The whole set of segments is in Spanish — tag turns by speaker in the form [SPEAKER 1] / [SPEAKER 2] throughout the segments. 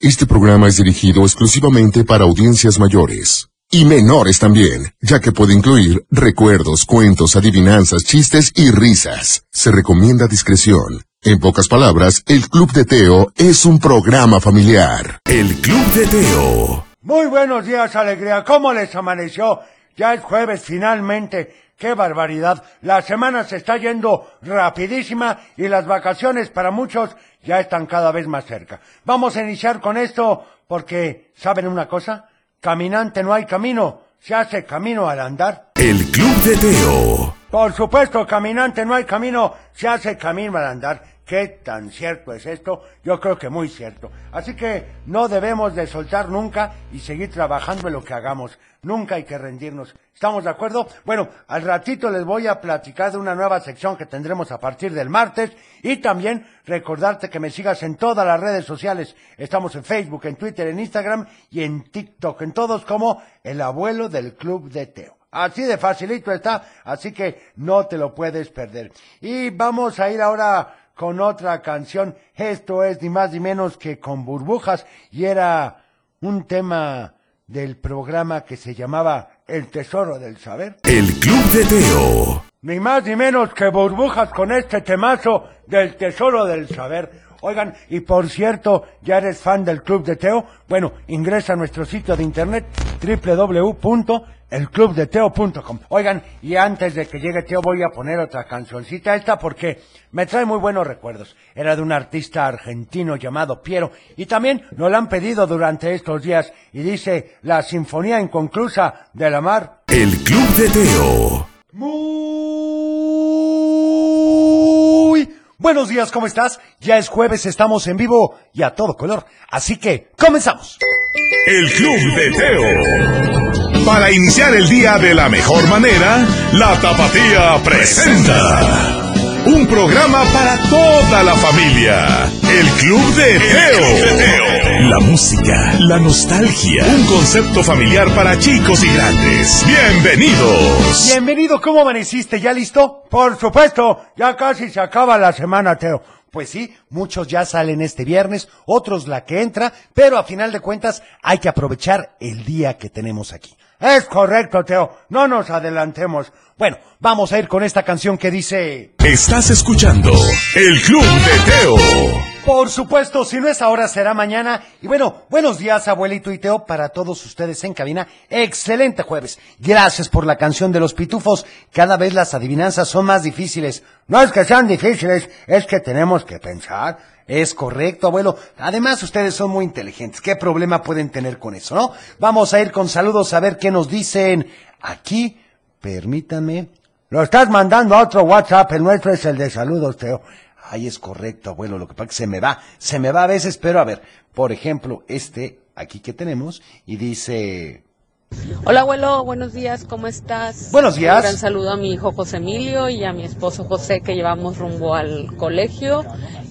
[SPEAKER 1] Este programa es dirigido exclusivamente para audiencias mayores y menores también, ya que puede incluir recuerdos, cuentos, adivinanzas, chistes y risas. Se recomienda discreción. En pocas palabras, el Club de Teo es un programa familiar.
[SPEAKER 2] El Club de Teo.
[SPEAKER 3] Muy buenos días, alegría. ¿Cómo les amaneció? Ya es jueves finalmente. ¡Qué barbaridad! La semana se está yendo rapidísima y las vacaciones para muchos ya están cada vez más cerca. Vamos a iniciar con esto porque, ¿saben una cosa? Caminante no hay camino, se hace camino al andar.
[SPEAKER 2] El Club de Teo.
[SPEAKER 3] Por supuesto, caminante no hay camino, se hace camino al andar. ¿Qué tan cierto es esto? Yo creo que muy cierto. Así que no debemos de soltar nunca y seguir trabajando en lo que hagamos. Nunca hay que rendirnos. ¿Estamos de acuerdo? Bueno, al ratito les voy a platicar de una nueva sección que tendremos a partir del martes y también recordarte que me sigas en todas las redes sociales. Estamos en Facebook, en Twitter, en Instagram y en TikTok, en todos como el abuelo del Club de Teo. Así de facilito está, así que no te lo puedes perder. Y vamos a ir ahora con otra canción. Esto es ni más ni menos que con burbujas y era un tema del programa que se llamaba El Tesoro del Saber.
[SPEAKER 2] El Club de Teo.
[SPEAKER 3] Ni más ni menos que burbujas con este temazo del Tesoro del Saber. Oigan, y por cierto, ¿ya eres fan del Club de Teo? Bueno, ingresa a nuestro sitio de internet www.elclubdeteo.com. Oigan, y antes de que llegue Teo voy a poner otra cancioncita esta porque me trae muy buenos recuerdos. Era de un artista argentino llamado Piero y también nos la han pedido durante estos días y dice La Sinfonía Inconclusa de la Mar
[SPEAKER 2] El Club de Teo.
[SPEAKER 3] muy buenos días, ¿cómo estás? Ya es jueves, estamos en vivo y a todo color. Así que comenzamos.
[SPEAKER 2] El Club de Teo. Para iniciar el día de la mejor manera, la Tapatía presenta un programa para toda la familia. El Club de Teo. La música, la nostalgia, un concepto familiar para chicos y grandes. Bienvenidos.
[SPEAKER 3] Bienvenido, ¿cómo amaneciste? ¿Ya listo? Por supuesto, ya casi se acaba la semana, Teo. Pues sí, muchos ya salen este viernes, otros la que entra, pero a final de cuentas hay que aprovechar el día que tenemos aquí. Es correcto, Teo, no nos adelantemos. Bueno, vamos a ir con esta canción que dice...
[SPEAKER 2] Estás escuchando El Club de Teo.
[SPEAKER 3] Por supuesto, si no es ahora, será mañana. Y bueno, buenos días, abuelito y Teo, para todos ustedes en cabina. Excelente jueves. Gracias por la canción de los pitufos. Cada vez las adivinanzas son más difíciles. No es que sean difíciles, es que tenemos que pensar. Es correcto, abuelo. Además, ustedes son muy inteligentes. ¿Qué problema pueden tener con eso, no? Vamos a ir con saludos a ver qué nos dicen aquí. Permítanme. Lo estás mandando a otro WhatsApp, el nuestro es el de saludos, Teo. Ay, es correcto, abuelo, lo que pasa es que se me va, se me va a veces, pero a ver, por ejemplo, este aquí que tenemos y dice...
[SPEAKER 4] Hola abuelo, buenos días, ¿cómo estás?
[SPEAKER 3] Buenos días.
[SPEAKER 4] Un gran saludo a mi hijo José Emilio y a mi esposo José que llevamos rumbo al colegio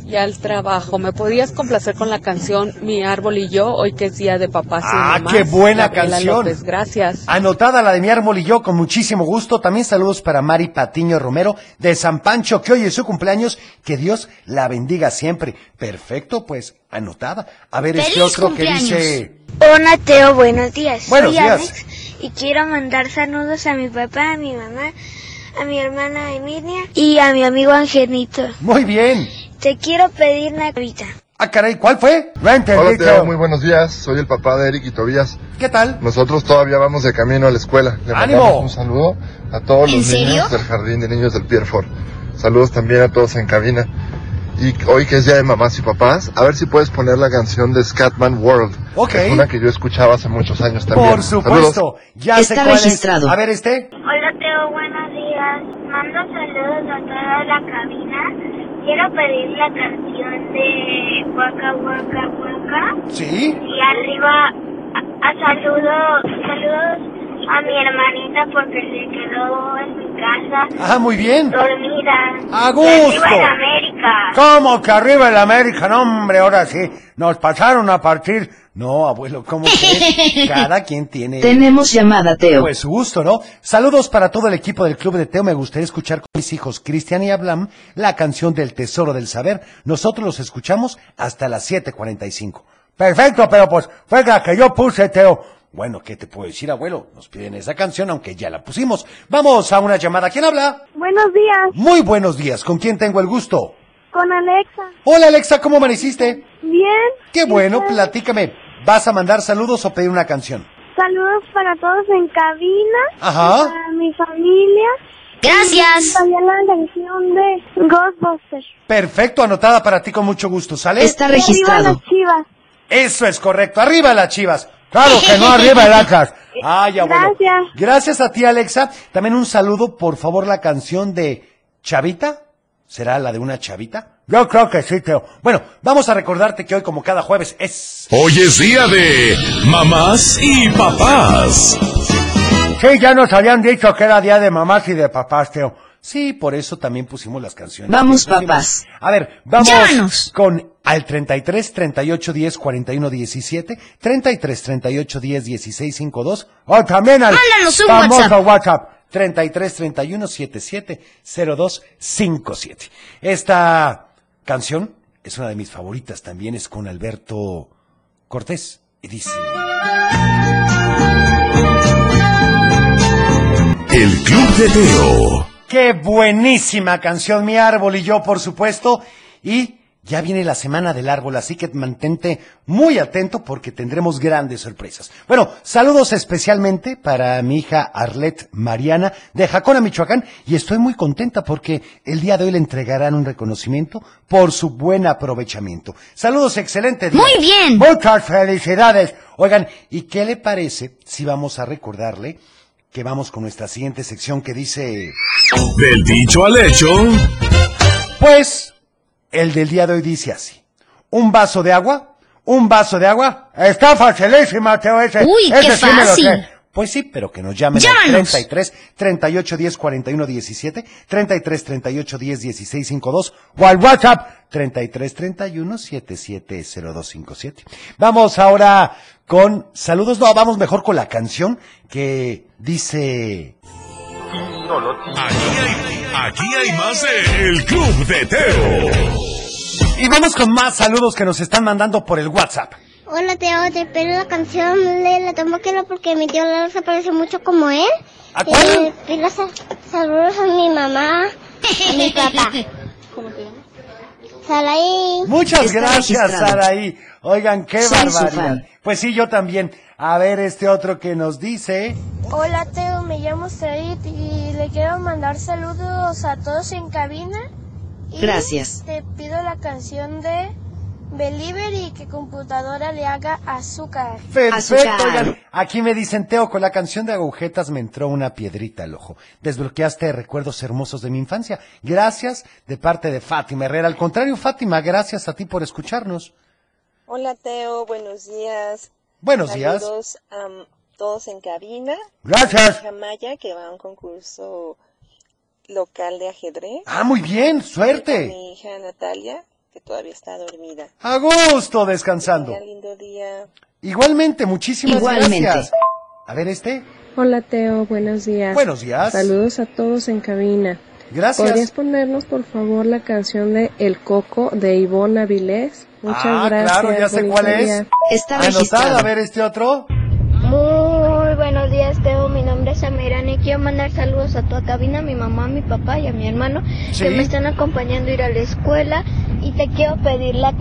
[SPEAKER 4] y al trabajo. ¿Me podías complacer con la canción Mi árbol y yo hoy que es día de papás y
[SPEAKER 3] Ah,
[SPEAKER 4] mamás?
[SPEAKER 3] qué buena
[SPEAKER 4] Gabriela
[SPEAKER 3] canción.
[SPEAKER 4] López, gracias.
[SPEAKER 3] Anotada la de mi árbol y yo con muchísimo gusto. También saludos para Mari Patiño Romero de San Pancho, que hoy es su cumpleaños. Que Dios la bendiga siempre. Perfecto, pues anotada. A ver, este
[SPEAKER 5] ¡Feliz
[SPEAKER 3] otro que dice.
[SPEAKER 5] Hola Teo, buenos días.
[SPEAKER 3] Buenos
[SPEAKER 5] Soy
[SPEAKER 3] días.
[SPEAKER 5] Alex y quiero mandar saludos a mi papá, a mi mamá, a mi hermana Emilia y a mi amigo Angelito.
[SPEAKER 3] Muy bien.
[SPEAKER 5] Te quiero pedir Navidad.
[SPEAKER 3] Ah, caray, ¿cuál fue? No entendí,
[SPEAKER 6] Hola
[SPEAKER 3] creo.
[SPEAKER 6] Teo, muy buenos días. Soy el papá de Eric y Tobías.
[SPEAKER 3] ¿Qué tal?
[SPEAKER 6] Nosotros todavía vamos de camino a la escuela. Le
[SPEAKER 3] ¡Ánimo!
[SPEAKER 6] mandamos un saludo a todos
[SPEAKER 5] ¿En
[SPEAKER 6] los
[SPEAKER 5] serio?
[SPEAKER 6] niños del jardín de niños del Pierfort. Saludos también a todos en cabina. Y hoy que es día de mamás y papás, a ver si puedes poner la canción de Scatman World.
[SPEAKER 3] Ok.
[SPEAKER 6] que Es una que yo escuchaba hace muchos años también.
[SPEAKER 3] Por
[SPEAKER 6] Saludos.
[SPEAKER 3] supuesto. Ya sé
[SPEAKER 7] Está
[SPEAKER 3] cuál es.
[SPEAKER 7] registrado.
[SPEAKER 3] A ver, este.
[SPEAKER 5] Hola Teo, buenos días. Mando saludos a toda la cabina. Quiero pedir la canción de Waka Waka Waka.
[SPEAKER 3] Sí.
[SPEAKER 5] Y arriba a, a saludo, saludos a mi hermanita porque se quedó en mi casa.
[SPEAKER 3] Ah, muy bien.
[SPEAKER 5] Dormida.
[SPEAKER 3] A gusto.
[SPEAKER 5] Arriba en América.
[SPEAKER 3] ¿Cómo que arriba el América? No, hombre, ahora sí. Nos pasaron a partir. No, abuelo, ¿cómo que? Cada quien tiene.
[SPEAKER 7] Tenemos llamada, Teo.
[SPEAKER 3] Pues su gusto, ¿no? Saludos para todo el equipo del Club de Teo. Me gustaría escuchar con mis hijos Cristian y Ablam la canción del Tesoro del Saber. Nosotros los escuchamos hasta las 7.45.
[SPEAKER 8] Perfecto, pero pues fue la que yo puse, Teo.
[SPEAKER 3] Bueno, ¿qué te puedo decir, abuelo? Nos piden esa canción, aunque ya la pusimos. Vamos a una llamada. ¿Quién habla?
[SPEAKER 9] Buenos días,
[SPEAKER 3] Muy buenos días. ¿Con quién tengo el gusto?
[SPEAKER 9] con Alexa.
[SPEAKER 3] Hola, Alexa, ¿cómo amaneciste?
[SPEAKER 9] Bien.
[SPEAKER 3] Qué bueno,
[SPEAKER 9] Dice,
[SPEAKER 3] platícame. ¿Vas a mandar saludos o pedir una canción?
[SPEAKER 9] Saludos para todos en cabina.
[SPEAKER 3] Ajá.
[SPEAKER 9] Para mi familia.
[SPEAKER 6] Gracias.
[SPEAKER 9] También la canción de Ghostbusters.
[SPEAKER 3] Perfecto, anotada para ti con mucho gusto, ¿sale?
[SPEAKER 6] Está
[SPEAKER 9] Arriba
[SPEAKER 6] registrado.
[SPEAKER 9] las chivas.
[SPEAKER 3] Eso es correcto. Arriba las chivas.
[SPEAKER 8] Claro que no, arriba el Atlas.
[SPEAKER 3] Ay, abuelo.
[SPEAKER 9] Gracias.
[SPEAKER 3] Gracias a ti, Alexa. También un saludo, por favor, la canción de Chavita. ¿Será la de una chavita?
[SPEAKER 8] Yo creo que sí, Teo.
[SPEAKER 3] Bueno, vamos a recordarte que hoy, como cada jueves, es...
[SPEAKER 2] Hoy es día de mamás y papás.
[SPEAKER 8] Sí, ya nos habían dicho que era día de mamás y de papás, Teo.
[SPEAKER 3] Sí, por eso también pusimos las canciones.
[SPEAKER 6] Vamos,
[SPEAKER 3] que pusimos.
[SPEAKER 6] papás.
[SPEAKER 3] A ver, vamos
[SPEAKER 6] Llámanos.
[SPEAKER 3] con al 33 38 10 41 17, 33 38 10 16 52,
[SPEAKER 8] O también al
[SPEAKER 6] Mándanos un
[SPEAKER 8] famoso
[SPEAKER 6] WhatsApp.
[SPEAKER 8] WhatsApp.
[SPEAKER 3] 33 31 77 02 57. Esta canción es una de mis favoritas también, es con Alberto Cortés y dice...
[SPEAKER 2] El Club de Teo.
[SPEAKER 3] Qué buenísima canción, mi árbol y yo, por supuesto. Y ya viene la semana del árbol, así que mantente muy atento porque tendremos grandes sorpresas. Bueno, saludos especialmente para mi hija Arlet Mariana de Jacona, Michoacán, y estoy muy contenta porque el día de hoy le entregarán un reconocimiento por su buen aprovechamiento. Saludos, excelente día.
[SPEAKER 6] Muy bien.
[SPEAKER 8] Muchas felicidades.
[SPEAKER 3] Oigan, ¿y qué le parece si vamos a recordarle que vamos con nuestra siguiente sección que dice...
[SPEAKER 2] Del dicho al hecho.
[SPEAKER 3] Pues el del día de hoy dice así: un vaso de agua, un vaso de agua.
[SPEAKER 8] Está facilísima, Teo, ese.
[SPEAKER 6] Uy,
[SPEAKER 8] ese
[SPEAKER 6] qué
[SPEAKER 8] sí me lo sé.
[SPEAKER 6] fácil.
[SPEAKER 3] Pues sí, pero que nos llamen al
[SPEAKER 6] Llámanos.
[SPEAKER 3] 33 38 10 41 17, 33 38 10 16 52 o al WhatsApp 33 31 77 02 57. Vamos ahora con saludos, no, vamos mejor con la canción que dice
[SPEAKER 2] Aquí hay, aquí hay más de El Club de Teo.
[SPEAKER 3] y vamos con más saludos que nos están mandando por el WhatsApp.
[SPEAKER 9] Hola Teo, te pedí la canción de La Tomba Quiero porque mi tío Lalo se parece mucho como él.
[SPEAKER 3] ¿A cuál?
[SPEAKER 9] Eh, pido sa- saludos a mi mamá, a mi papá. Saraí.
[SPEAKER 3] Muchas
[SPEAKER 6] Está
[SPEAKER 3] gracias,
[SPEAKER 6] registrado.
[SPEAKER 3] Saraí. Oigan, qué
[SPEAKER 6] Soy su
[SPEAKER 3] barbaridad.
[SPEAKER 6] fan.
[SPEAKER 3] Pues sí, yo también. A ver, este otro que nos dice.
[SPEAKER 9] Hola Teo, me llamo Said y le quiero mandar saludos a todos en cabina. Y
[SPEAKER 6] Gracias.
[SPEAKER 9] Te pido la canción de Believer y que computadora le haga azúcar.
[SPEAKER 3] Perfecto,
[SPEAKER 6] Azúcar.
[SPEAKER 3] oigan. Aquí me dicen, Teo, con la canción de agujetas me entró una piedrita al ojo. Desbloqueaste recuerdos hermosos de mi infancia. Gracias de parte de Fátima Herrera. Al contrario, Fátima, gracias a ti por escucharnos.
[SPEAKER 10] Hola Teo, buenos días.
[SPEAKER 3] Buenos días.
[SPEAKER 10] Saludos a mm, todos en cabina.
[SPEAKER 8] Gracias.
[SPEAKER 10] Jamaya que va a un concurso local de ajedrez.
[SPEAKER 3] Ah, muy bien,
[SPEAKER 10] Y a
[SPEAKER 3] suerte.
[SPEAKER 10] Mi hija Natalia, que todavía está dormida.
[SPEAKER 3] A gusto,
[SPEAKER 10] Que
[SPEAKER 3] descansando.
[SPEAKER 10] tenga lindo día.
[SPEAKER 3] Igualmente, muchísimas
[SPEAKER 6] Igualmente.
[SPEAKER 3] gracias. A ver, este.
[SPEAKER 11] Hola Teo, buenos días.
[SPEAKER 3] Buenos días.
[SPEAKER 11] Saludos a todos en cabina. ¿Podrías
[SPEAKER 3] Gracias.
[SPEAKER 11] ponernos por favor la canción de El Coco de Ivonne Avilés? Muchas
[SPEAKER 3] Ah,
[SPEAKER 11] gracias.
[SPEAKER 3] claro, ya sé
[SPEAKER 11] bonito
[SPEAKER 3] cuál es.
[SPEAKER 11] día.
[SPEAKER 6] Está
[SPEAKER 3] Anotada, a
[SPEAKER 6] registrado.
[SPEAKER 3] ver este otro.
[SPEAKER 9] Muy buenos días, Teo. Mi nombre es Amirani. quiero mandar saludos a tu cabina, a mi mamá, a mi papá y a mi hermano
[SPEAKER 3] Sí.
[SPEAKER 9] que me están acompañando a ir a la escuela. Y te quiero pedir la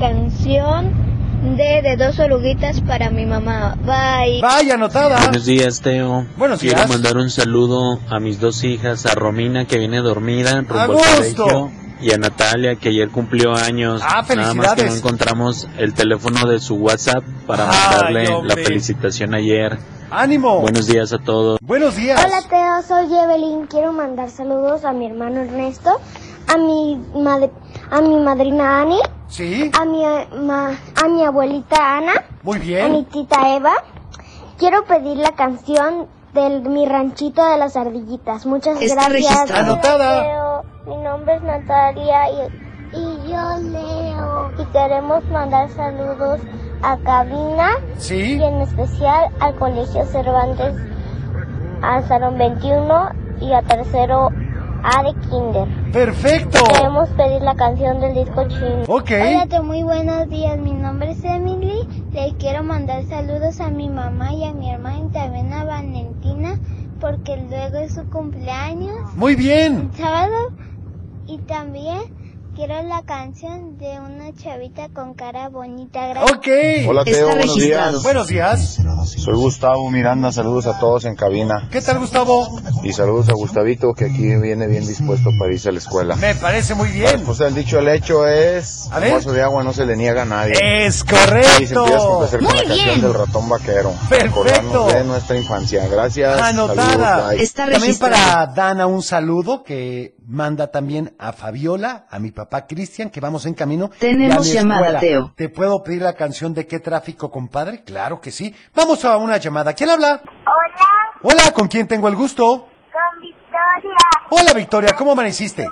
[SPEAKER 9] canción de, de dos oruguitas para mi mamá. Bye.
[SPEAKER 3] Vaya, anotada.
[SPEAKER 12] Buenos días, Teo.
[SPEAKER 3] Buenos
[SPEAKER 12] Quiero
[SPEAKER 3] días.
[SPEAKER 12] mandar un saludo a mis dos hijas, a Romina que viene dormida rumbo al
[SPEAKER 3] ¡Agosto!
[SPEAKER 12] colegio y a Natalia que ayer cumplió años.
[SPEAKER 3] Ah,
[SPEAKER 12] Nada más que no
[SPEAKER 3] felicidades.
[SPEAKER 12] encontramos el teléfono de su WhatsApp para
[SPEAKER 3] Ay,
[SPEAKER 12] mandarle la
[SPEAKER 3] hombre.
[SPEAKER 12] felicitación ayer.
[SPEAKER 3] Ánimo.
[SPEAKER 12] Buenos días a todos.
[SPEAKER 3] Buenos días.
[SPEAKER 9] Teo, soy Evelyn. Quiero mandar saludos a mi hermano Ernesto, a mi, a mi madrina Ani,
[SPEAKER 3] Sí,
[SPEAKER 9] a mi, a mi abuelita Ana.
[SPEAKER 3] muy
[SPEAKER 9] a mi
[SPEAKER 3] bien.
[SPEAKER 9] tita Eva. Quiero pedir la canción de mi ranchito de las ardillitas. Muchas
[SPEAKER 6] Está
[SPEAKER 9] gracias.
[SPEAKER 6] registrado.
[SPEAKER 3] Anotada.
[SPEAKER 9] Mi nombre es Natalia y, y yo leo. Y queremos mandar saludos a Cabina
[SPEAKER 3] Sí.
[SPEAKER 9] y en especial al Colegio Cervantes, al Salón 21 y a tercero A de Kinder.
[SPEAKER 3] Perfecto. Oh.
[SPEAKER 9] Queremos pedir la canción del disco chino.
[SPEAKER 3] Ok.
[SPEAKER 9] Hola, te- muy buenos días. Mi nombre es Emily. Le quiero mandar saludos a mi mamá y a mi hermana y también a Valentina porque luego es su cumpleaños.
[SPEAKER 3] Muy bien.
[SPEAKER 9] El sábado. Y también quiero la canción de una chavita con cara bonita. Gracias.
[SPEAKER 3] Ok.
[SPEAKER 6] Hola, Teo, buenos días.
[SPEAKER 3] Buenos días.
[SPEAKER 6] Soy Gustavo Miranda, saludos a todos en cabina.
[SPEAKER 3] ¿Qué tal, Gustavo?
[SPEAKER 6] Y saludos a Gustavito, que aquí viene bien dispuesto para irse a la escuela.
[SPEAKER 3] Me parece muy bien.
[SPEAKER 6] O sea, el dicho, el hecho es...
[SPEAKER 3] A ver.
[SPEAKER 6] Un vaso de agua no se le niega a nadie.
[SPEAKER 3] Es
[SPEAKER 6] Y se empiezas
[SPEAKER 3] correcto.
[SPEAKER 6] con placer con la canción del ratón vaquero.
[SPEAKER 3] Perfecto.
[SPEAKER 6] Acordarnos de nuestra infancia. Gracias.
[SPEAKER 3] Anotada.
[SPEAKER 6] Saludos, bye.
[SPEAKER 13] Está
[SPEAKER 3] También
[SPEAKER 13] registrado.
[SPEAKER 3] para Dana un saludo que manda también a Fabiola, a mi papá Cristian, que vamos en camino. y a mi
[SPEAKER 13] Tenemos llamada,
[SPEAKER 3] escuela.
[SPEAKER 13] Teo.
[SPEAKER 3] ¿Te puedo pedir la canción de qué tráfico, compadre? Claro que sí. Vamos a una llamada. ¿Quién habla?
[SPEAKER 9] Hola,
[SPEAKER 3] Hola, ¿con quién tengo el gusto?
[SPEAKER 9] con Victoria.
[SPEAKER 3] Hola, Victoria, ¿cómo amaneciste?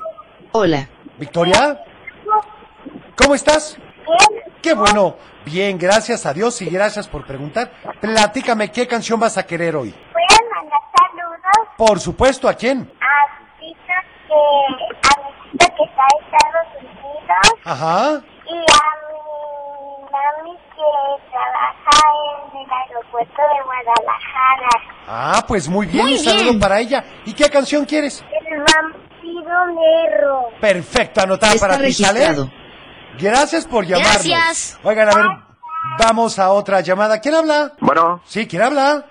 [SPEAKER 13] Hola.
[SPEAKER 3] Victoria, ¿cómo estás? Qué bueno. Bien, gracias a Dios y gracias por preguntar. Platícame qué canción vas a querer hoy.
[SPEAKER 9] ¿Pueden mandar saludos
[SPEAKER 3] Por supuesto, ¿a quién?
[SPEAKER 9] a Tito que, a mi tita que está en Estados Unidos
[SPEAKER 3] Ajá.
[SPEAKER 9] y a mi mami que trabaja en el aeropuerto de Guadalajara.
[SPEAKER 3] Ah, pues muy bien,
[SPEAKER 13] Muy
[SPEAKER 3] un saludo
[SPEAKER 13] bien.
[SPEAKER 3] para ella. ¿Y qué canción quieres?
[SPEAKER 9] El vampiro negro.
[SPEAKER 3] Perfecto, anotada
[SPEAKER 13] Está
[SPEAKER 3] para ti,
[SPEAKER 13] registrado.
[SPEAKER 3] ¿sale? Gracias por llamarnos.
[SPEAKER 13] Gracias.
[SPEAKER 3] Oigan, a ver, vamos a otra llamada. ¿Quién habla?
[SPEAKER 14] Bueno,
[SPEAKER 3] Sí, ¿quién habla?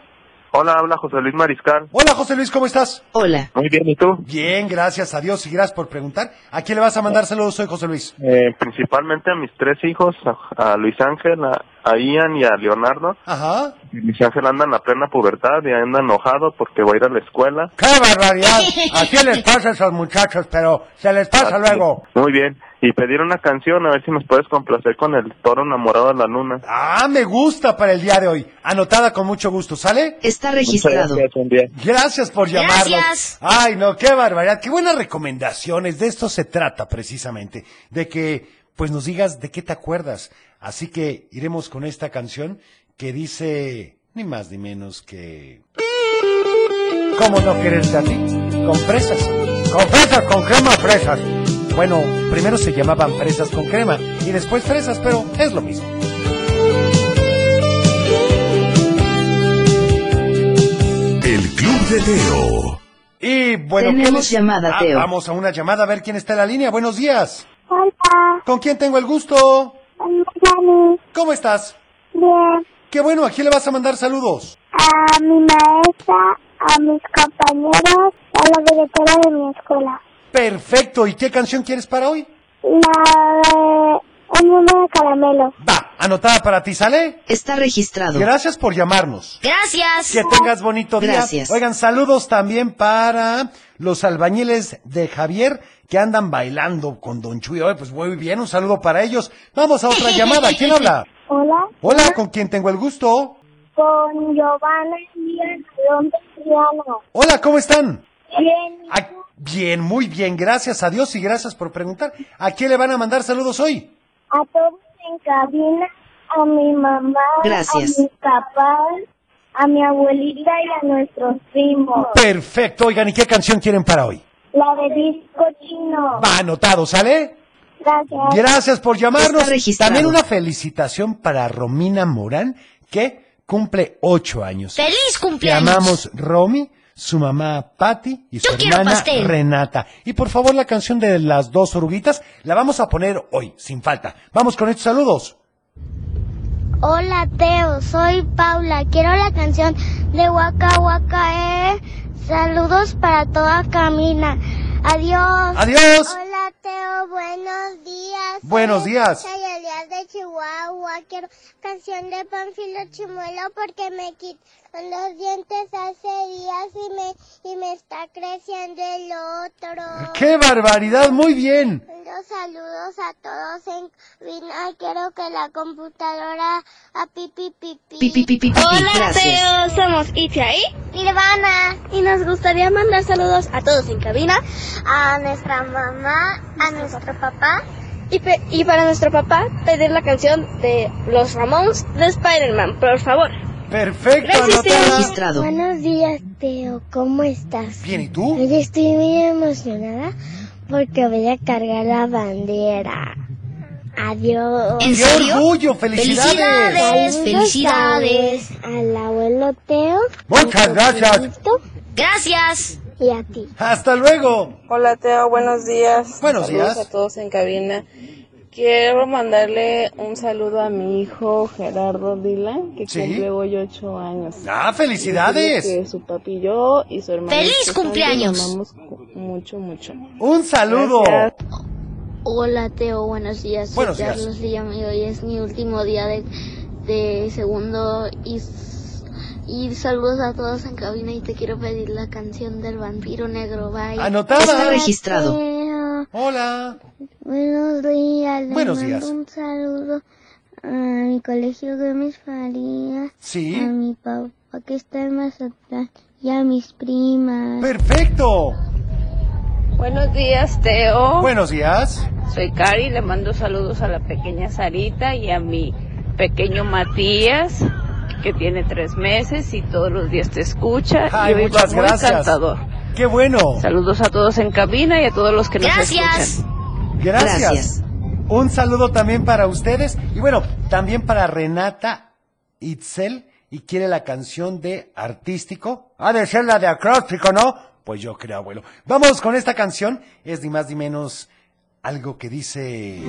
[SPEAKER 14] hola, habla José Luis Mariscal.
[SPEAKER 3] Hola, José Luis, ¿cómo estás?
[SPEAKER 13] Hola.
[SPEAKER 14] Muy bien, ¿y tú?
[SPEAKER 3] Bien, gracias a Dios y gracias por preguntar. ¿A quién le vas a mandar saludos hoy, José Luis?
[SPEAKER 14] Eh, principalmente a mis tres hijos, a, a Luis Ángel, a, a Ian y a Leonardo.
[SPEAKER 3] Ajá.
[SPEAKER 14] Luis Ángel anda en la plena pubertad y anda enojado porque va a ir a la escuela.
[SPEAKER 3] ¡Qué barbaridad! Así les pasa a esos muchachos, pero se les pasa luego.
[SPEAKER 14] Muy bien. Y pedir una canción, a ver si nos puedes complacer con el toro enamorado de la luna.
[SPEAKER 3] Ah, me gusta para el día de hoy. Anotada con mucho gusto, ¿sale?
[SPEAKER 13] Está
[SPEAKER 14] Muchas
[SPEAKER 13] registrado.
[SPEAKER 14] gracias, buen día.
[SPEAKER 3] Gracias por llamarnos.
[SPEAKER 13] Gracias.
[SPEAKER 3] Ay, no, qué barbaridad, qué buenas recomendaciones. De esto se trata precisamente, de que pues nos digas de qué te acuerdas. Así que iremos con esta canción que dice ni más ni menos que ¿Cómo no quererte a ti? Con fresas. Con fresas, con crema, fresas. Bueno, primero se llamaban fresas con crema y después fresas, pero es lo mismo.
[SPEAKER 2] El Club de Teo.
[SPEAKER 3] Y bueno, ¿qué
[SPEAKER 13] Tenemos llamada,
[SPEAKER 3] Ah,
[SPEAKER 13] Teo.
[SPEAKER 3] Vamos a una llamada a ver quién está en la línea. Buenos días.
[SPEAKER 9] Hola,
[SPEAKER 3] ¿Con quién tengo el gusto?
[SPEAKER 9] hola, Dani.
[SPEAKER 3] ¿Cómo estás?
[SPEAKER 9] Bien.
[SPEAKER 3] Qué bueno, ¿a quién le vas a mandar saludos?
[SPEAKER 9] A mi maestra, a mis compañeros, a la directora de mi escuela.
[SPEAKER 3] Perfecto, ¿y qué canción quieres para hoy?
[SPEAKER 9] La de un mundo de caramelo.
[SPEAKER 3] Va, anotada para ti, ¿sale?
[SPEAKER 13] Está registrado.
[SPEAKER 3] Gracias por llamarnos.
[SPEAKER 13] Gracias.
[SPEAKER 3] Que tengas bonito día.
[SPEAKER 13] Gracias.
[SPEAKER 3] Oigan, saludos también para los albañiles de Javier que andan bailando con Don Chuy. Oye, pues muy bien, un saludo para ellos. Vamos a otra llamada. ¿Quién habla?
[SPEAKER 9] Hola,
[SPEAKER 3] Hola, ¿con quién tengo el gusto?
[SPEAKER 9] con Giovanna Díaz León de Triana.
[SPEAKER 3] Hola, ¿cómo están?
[SPEAKER 9] Bien,
[SPEAKER 3] Ah, bien, muy bien, gracias a Dios y gracias por preguntar. ¿A quién le van a mandar saludos hoy?
[SPEAKER 9] a todos en cabina, a mi mamá,
[SPEAKER 13] Gracias.
[SPEAKER 9] a mi papá, a mi abuelita y a nuestros primos.
[SPEAKER 3] Perfecto, oigan, ¿y qué canción quieren para hoy?
[SPEAKER 9] La de disco chino.
[SPEAKER 3] Va anotado, ¿sale?
[SPEAKER 9] Gracias.
[SPEAKER 3] Gracias por llamarnos.
[SPEAKER 13] Está registrado.
[SPEAKER 3] También una felicitación para Romina Morán, que cumple ocho años.
[SPEAKER 13] ¡Feliz
[SPEAKER 3] Te amamos Romy, su mamá Patty y su
[SPEAKER 13] Yo quiero
[SPEAKER 3] hermana
[SPEAKER 13] pastel.
[SPEAKER 3] Renata. Y por favor, la canción de las dos oruguitas la vamos a poner hoy, sin falta. Vamos con estos saludos.
[SPEAKER 9] Hola Teo, soy Paula. Quiero la canción de Waka Waka. Eh. Saludos para toda Camina. Adiós.
[SPEAKER 3] Adiós.
[SPEAKER 9] Hola Teo, buenos días.
[SPEAKER 3] Buenos días.
[SPEAKER 9] Soy Elías de Chihuahua. Quiero canción de Panfilo Chimuelo porque me quitan los dientes hace días y me, y me está creciendo el otro.
[SPEAKER 3] ¡Qué barbaridad! Muy bien.
[SPEAKER 9] Los saludos a todos en cabina. Quiero que la computadora a pipi
[SPEAKER 13] Pi,
[SPEAKER 9] pipi.
[SPEAKER 13] pi, pi, pi, pi, pi. Gracias.
[SPEAKER 9] somos Itziar y Nirvana. Y nos gustaría mandar saludos a todos en cabina. A nuestra mamá, a nuestro papá.
[SPEAKER 15] Y, pe- y para nuestro papá, pedir la canción de Los Ramones de Spider-Man, por favor.
[SPEAKER 3] Perfecto,
[SPEAKER 15] Gracias, Teo.
[SPEAKER 3] anotada.
[SPEAKER 13] Registrado.
[SPEAKER 9] Buenos días, Teo. ¿Cómo estás?
[SPEAKER 3] Bien, ¿y tú?
[SPEAKER 9] Hoy estoy muy emocionada porque voy a cargar la bandera. Adiós.
[SPEAKER 13] ¿En
[SPEAKER 3] ¡Qué
[SPEAKER 13] serio?
[SPEAKER 3] orgullo! ¡Felicidades!
[SPEAKER 13] ¡Felicidades!
[SPEAKER 9] Saludos
[SPEAKER 13] ¡Felicidades!
[SPEAKER 9] Al abuelo Teo.
[SPEAKER 3] Muchas gracias.
[SPEAKER 13] Gracias.
[SPEAKER 9] Y a ti.
[SPEAKER 3] Hasta luego.
[SPEAKER 10] Hola Teo, buenos días.
[SPEAKER 3] Buenos
[SPEAKER 10] Saludos
[SPEAKER 3] días.
[SPEAKER 10] a todos en cabina. Quiero mandarle un saludo a mi hijo Gerardo Dylan, que
[SPEAKER 3] Sí.
[SPEAKER 10] cumple hoy ocho años.
[SPEAKER 3] Ah, felicidades.
[SPEAKER 10] Decirle Que su papi y yo y su hermano.
[SPEAKER 13] ¡Feliz
[SPEAKER 10] Cristóbal, que
[SPEAKER 13] cumpleaños!
[SPEAKER 10] lo amamos cu- mucho, mucho.
[SPEAKER 3] Un saludo.
[SPEAKER 10] Gracias.
[SPEAKER 16] Hola Teo, buenos días. Soy
[SPEAKER 3] Buenos días.
[SPEAKER 16] Carlos Liam y hoy es mi último día de, de segundo y, s- y saludos a todos en cabina y te quiero pedir la canción del vampiro negro. Bye.
[SPEAKER 3] Anotada. Está
[SPEAKER 13] registrado.
[SPEAKER 16] Teo,
[SPEAKER 3] Hola.
[SPEAKER 16] buenos días. Le
[SPEAKER 3] Buenos
[SPEAKER 16] mando
[SPEAKER 3] días.
[SPEAKER 16] Un saludo a mi colegio Gómez Farías,
[SPEAKER 3] Sí.
[SPEAKER 9] Mm.
[SPEAKER 16] a mi papá que está en Mazatlán y a mis primas.
[SPEAKER 3] Perfecto.
[SPEAKER 17] Buenos días, Teo.
[SPEAKER 3] Buenos días.
[SPEAKER 17] Soy Cari, le mando saludos a la pequeña Sarita y a mi pequeño Matías, que tiene tres meses y todos los días te escucha.
[SPEAKER 3] Ay,
[SPEAKER 17] y hoy va
[SPEAKER 3] muchas
[SPEAKER 17] muy
[SPEAKER 3] gracias.
[SPEAKER 17] cantador.
[SPEAKER 3] Qué bueno.
[SPEAKER 17] Saludos a todos en cabina y a todos los que nos
[SPEAKER 13] Gracias.
[SPEAKER 17] escuchan.
[SPEAKER 3] Gracias.
[SPEAKER 13] Gracias.
[SPEAKER 3] Un saludo también para ustedes y bueno, también para Renata Itzel y quiere la canción de Artístico. Ha de ser la de Acróstico, ¿no? Pues yo creo, abuelo. Vamos con esta canción. Es ni más ni menos algo que dice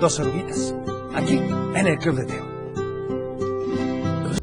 [SPEAKER 3] dos oruguitas. Aquí, en el Club de Teo.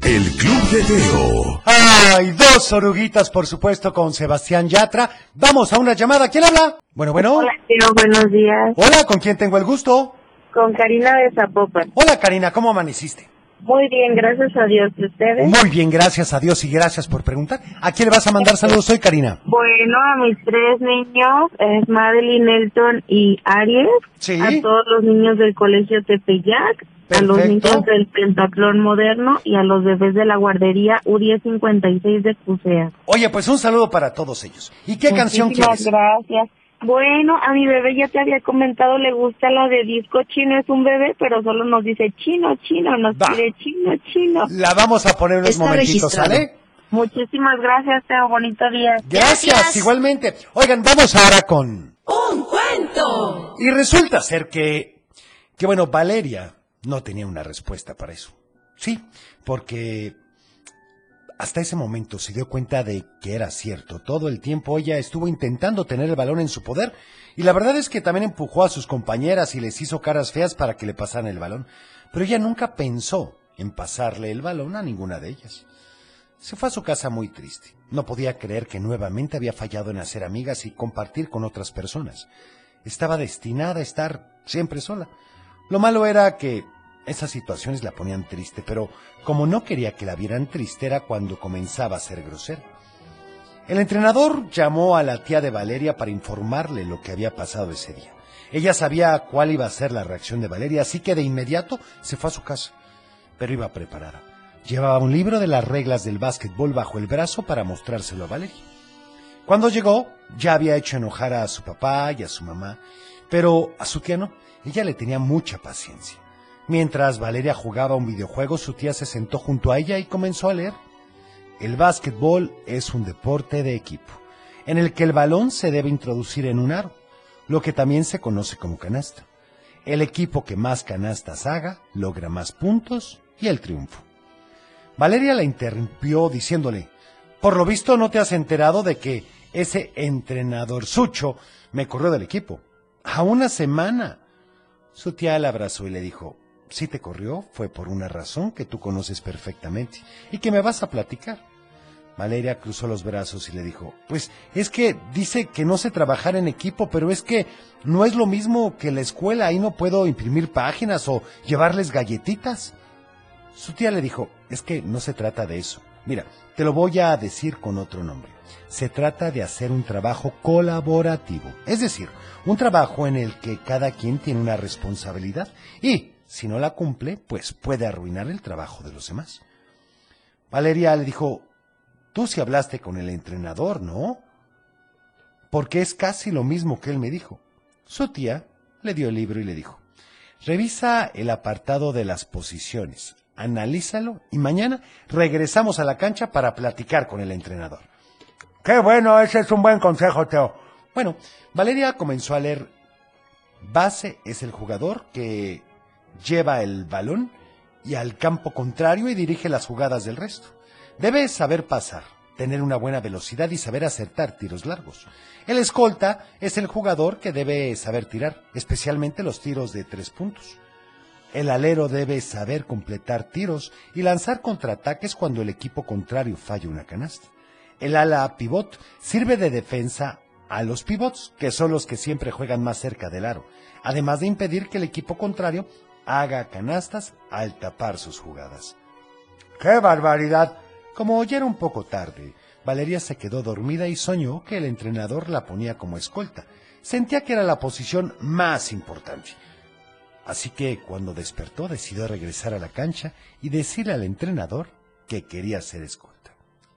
[SPEAKER 2] El Club de Teo.
[SPEAKER 3] ¡Ay! Dos oruguitas, por supuesto, con Sebastián Yatra. Vamos a una llamada. ¿Quién habla? Bueno, bueno.
[SPEAKER 4] Hola, Teo, buenos días.
[SPEAKER 3] Hola, ¿con quién tengo el gusto?
[SPEAKER 4] Con Karina de Zapopan.
[SPEAKER 3] Hola, Karina, ¿cómo amaneciste? Oh,
[SPEAKER 4] Muy bien, gracias a Dios. ¿Y ustedes?
[SPEAKER 3] Muy bien, gracias a Dios y gracias por preguntar. ¿A quién le vas a mandar saludos hoy, Karina?
[SPEAKER 4] Bueno, a mis tres niños, es Madeline, Elton y Aries.
[SPEAKER 3] Sí.
[SPEAKER 4] A todos los niños del colegio Tepeyac. A los
[SPEAKER 3] Perfecto.
[SPEAKER 4] niños del Pentatlón Moderno y a los bebés de la guardería U1056 de Cusea.
[SPEAKER 3] Oye, pues un saludo para todos ellos. ¿Y qué canción
[SPEAKER 4] Muchísimas
[SPEAKER 3] quieres?
[SPEAKER 4] gracias. Bueno, a mi bebé ya te había comentado, le gusta la de disco chino, es un bebé, pero solo nos dice chino, chino, nos
[SPEAKER 3] Va.
[SPEAKER 4] pide chino, chino.
[SPEAKER 3] La vamos a poner unos
[SPEAKER 13] Está
[SPEAKER 3] momentitos,
[SPEAKER 13] registrado.
[SPEAKER 3] ¿sale?
[SPEAKER 4] Muchísimas gracias, Teo, bonito día.
[SPEAKER 3] Gracias,
[SPEAKER 13] Gracias.
[SPEAKER 3] igualmente. Oigan, vamos ahora con...
[SPEAKER 13] ¡Un cuento!
[SPEAKER 3] Y resulta ser que... Que bueno, Valeria no tenía una respuesta para eso. Sí, porque hasta ese momento se dio cuenta de que era cierto. Todo el tiempo ella estuvo intentando tener el balón en su poder y la verdad es que también empujó a sus compañeras y les hizo caras feas para que le pasaran el balón. Pero ella nunca pensó en pasarle el balón a ninguna de ellas. Se fue a su casa muy triste. No podía creer que nuevamente había fallado en hacer amigas y compartir con otras personas. Estaba destinada a estar siempre sola. Lo malo era que esas situaciones la ponían triste, pero como no quería que la vieran triste era cuando comenzaba a ser grosera. El entrenador llamó a la tía de Valeria para informarle lo que había pasado ese día. Ella sabía cuál iba a ser la reacción de Valeria, así que de inmediato se fue a su casa, pero iba preparada. Llevaba un libro de las reglas del básquetbol bajo el brazo para mostrárselo a Valeria. Cuando llegó, ya había hecho enojar a su papá y a su mamá, pero a su tía no, ella le tenía mucha paciencia. Mientras Valeria jugaba un videojuego, su tía se sentó junto a ella y comenzó a leer. El básquetbol es un deporte de equipo, en el que el balón se debe introducir en un aro, lo que también se conoce como canasta. El equipo que más canastas haga logra más puntos y el triunfo. Valeria la interrumpió diciéndole, por lo visto no te has enterado de que ese entrenador Sucho me corrió del equipo. A una semana. Su tía la abrazó y le dijo, si te corrió fue por una razón que tú conoces perfectamente y que me vas a platicar. Valeria cruzó los brazos y le dijo, pues es que dice que no sé trabajar en equipo, pero es que no es lo mismo que la escuela, ahí no puedo imprimir páginas o llevarles galletitas. Su tía le dijo, es que no se trata de eso. Mira, te lo voy a decir con otro nombre. Se trata de hacer un trabajo colaborativo, es decir, un trabajo en el que cada quien tiene una responsabilidad y, si no la cumple, pues puede arruinar el trabajo de los demás. Valeria le dijo, tú sí hablaste con el entrenador, ¿no? Porque es casi lo mismo que él me dijo. Su tía le dio el libro y le dijo, Revisa el apartado de las posiciones, analízalo y mañana regresamos a la cancha para platicar con el entrenador. Qué bueno, ese es un buen consejo, Teo. Bueno, Valeria comenzó a leer Base es el jugador que lleva el balón y al campo contrario y dirige las jugadas del resto. Debe saber pasar, tener una buena velocidad y saber acertar tiros largos. El escolta es el jugador que debe saber tirar, especialmente los tiros de tres puntos. El alero debe saber completar tiros y lanzar contraataques cuando el equipo contrario falla una canasta. El ala pivot sirve de defensa a los pivots, que son los que siempre juegan más cerca del aro, además de impedir que el equipo contrario haga canastas al tapar sus jugadas. ¡Qué barbaridad! Como oyera un poco tarde, Valeria se quedó dormida y soñó que el entrenador la ponía como escolta. Sentía que era la posición más importante. Así que cuando despertó decidió regresar a la cancha y decirle al entrenador que quería ser escolta.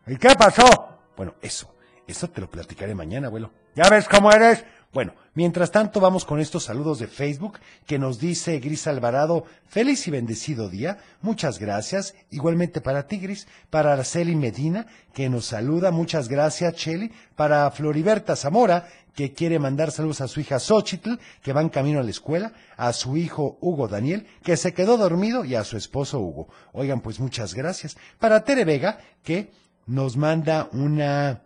[SPEAKER 8] ¿Y qué pasó?
[SPEAKER 3] Bueno, eso, eso te lo platicaré mañana, abuelo.
[SPEAKER 8] ¿Ya ves cómo eres?
[SPEAKER 3] Bueno, mientras tanto vamos con estos saludos de Facebook que nos dice Gris Alvarado, feliz y bendecido día, muchas gracias, igualmente para ti Gris, para Araceli Medina que nos saluda, muchas gracias Cheli, para Floriberta Zamora que quiere mandar saludos a su hija Xochitl que va en camino a la escuela, a su hijo Hugo Daniel que se quedó dormido y a su esposo Hugo. Oigan, pues muchas gracias. Para Tere Vega que nos manda una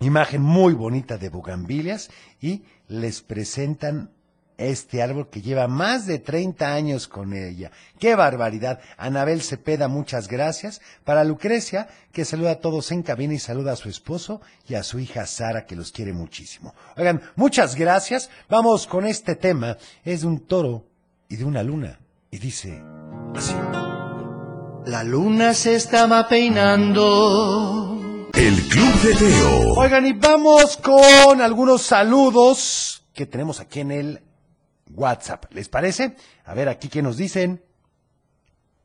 [SPEAKER 3] imagen muy bonita de bugambilias y les presentan este árbol que lleva más de 30 años con ella. ¡Qué barbaridad! Anabel Cepeda, muchas gracias. Para Lucrecia, que saluda a todos en cabina y saluda a su esposo y a su hija Sara, que los quiere muchísimo. Oigan, muchas gracias. Vamos con este tema. Es de un toro y de una luna. Y dice así.
[SPEAKER 18] La luna se estaba peinando.
[SPEAKER 2] El Club de Teo.
[SPEAKER 3] Oigan, y vamos con algunos saludos que tenemos aquí en el WhatsApp. ¿Les parece? A ver aquí qué nos dicen.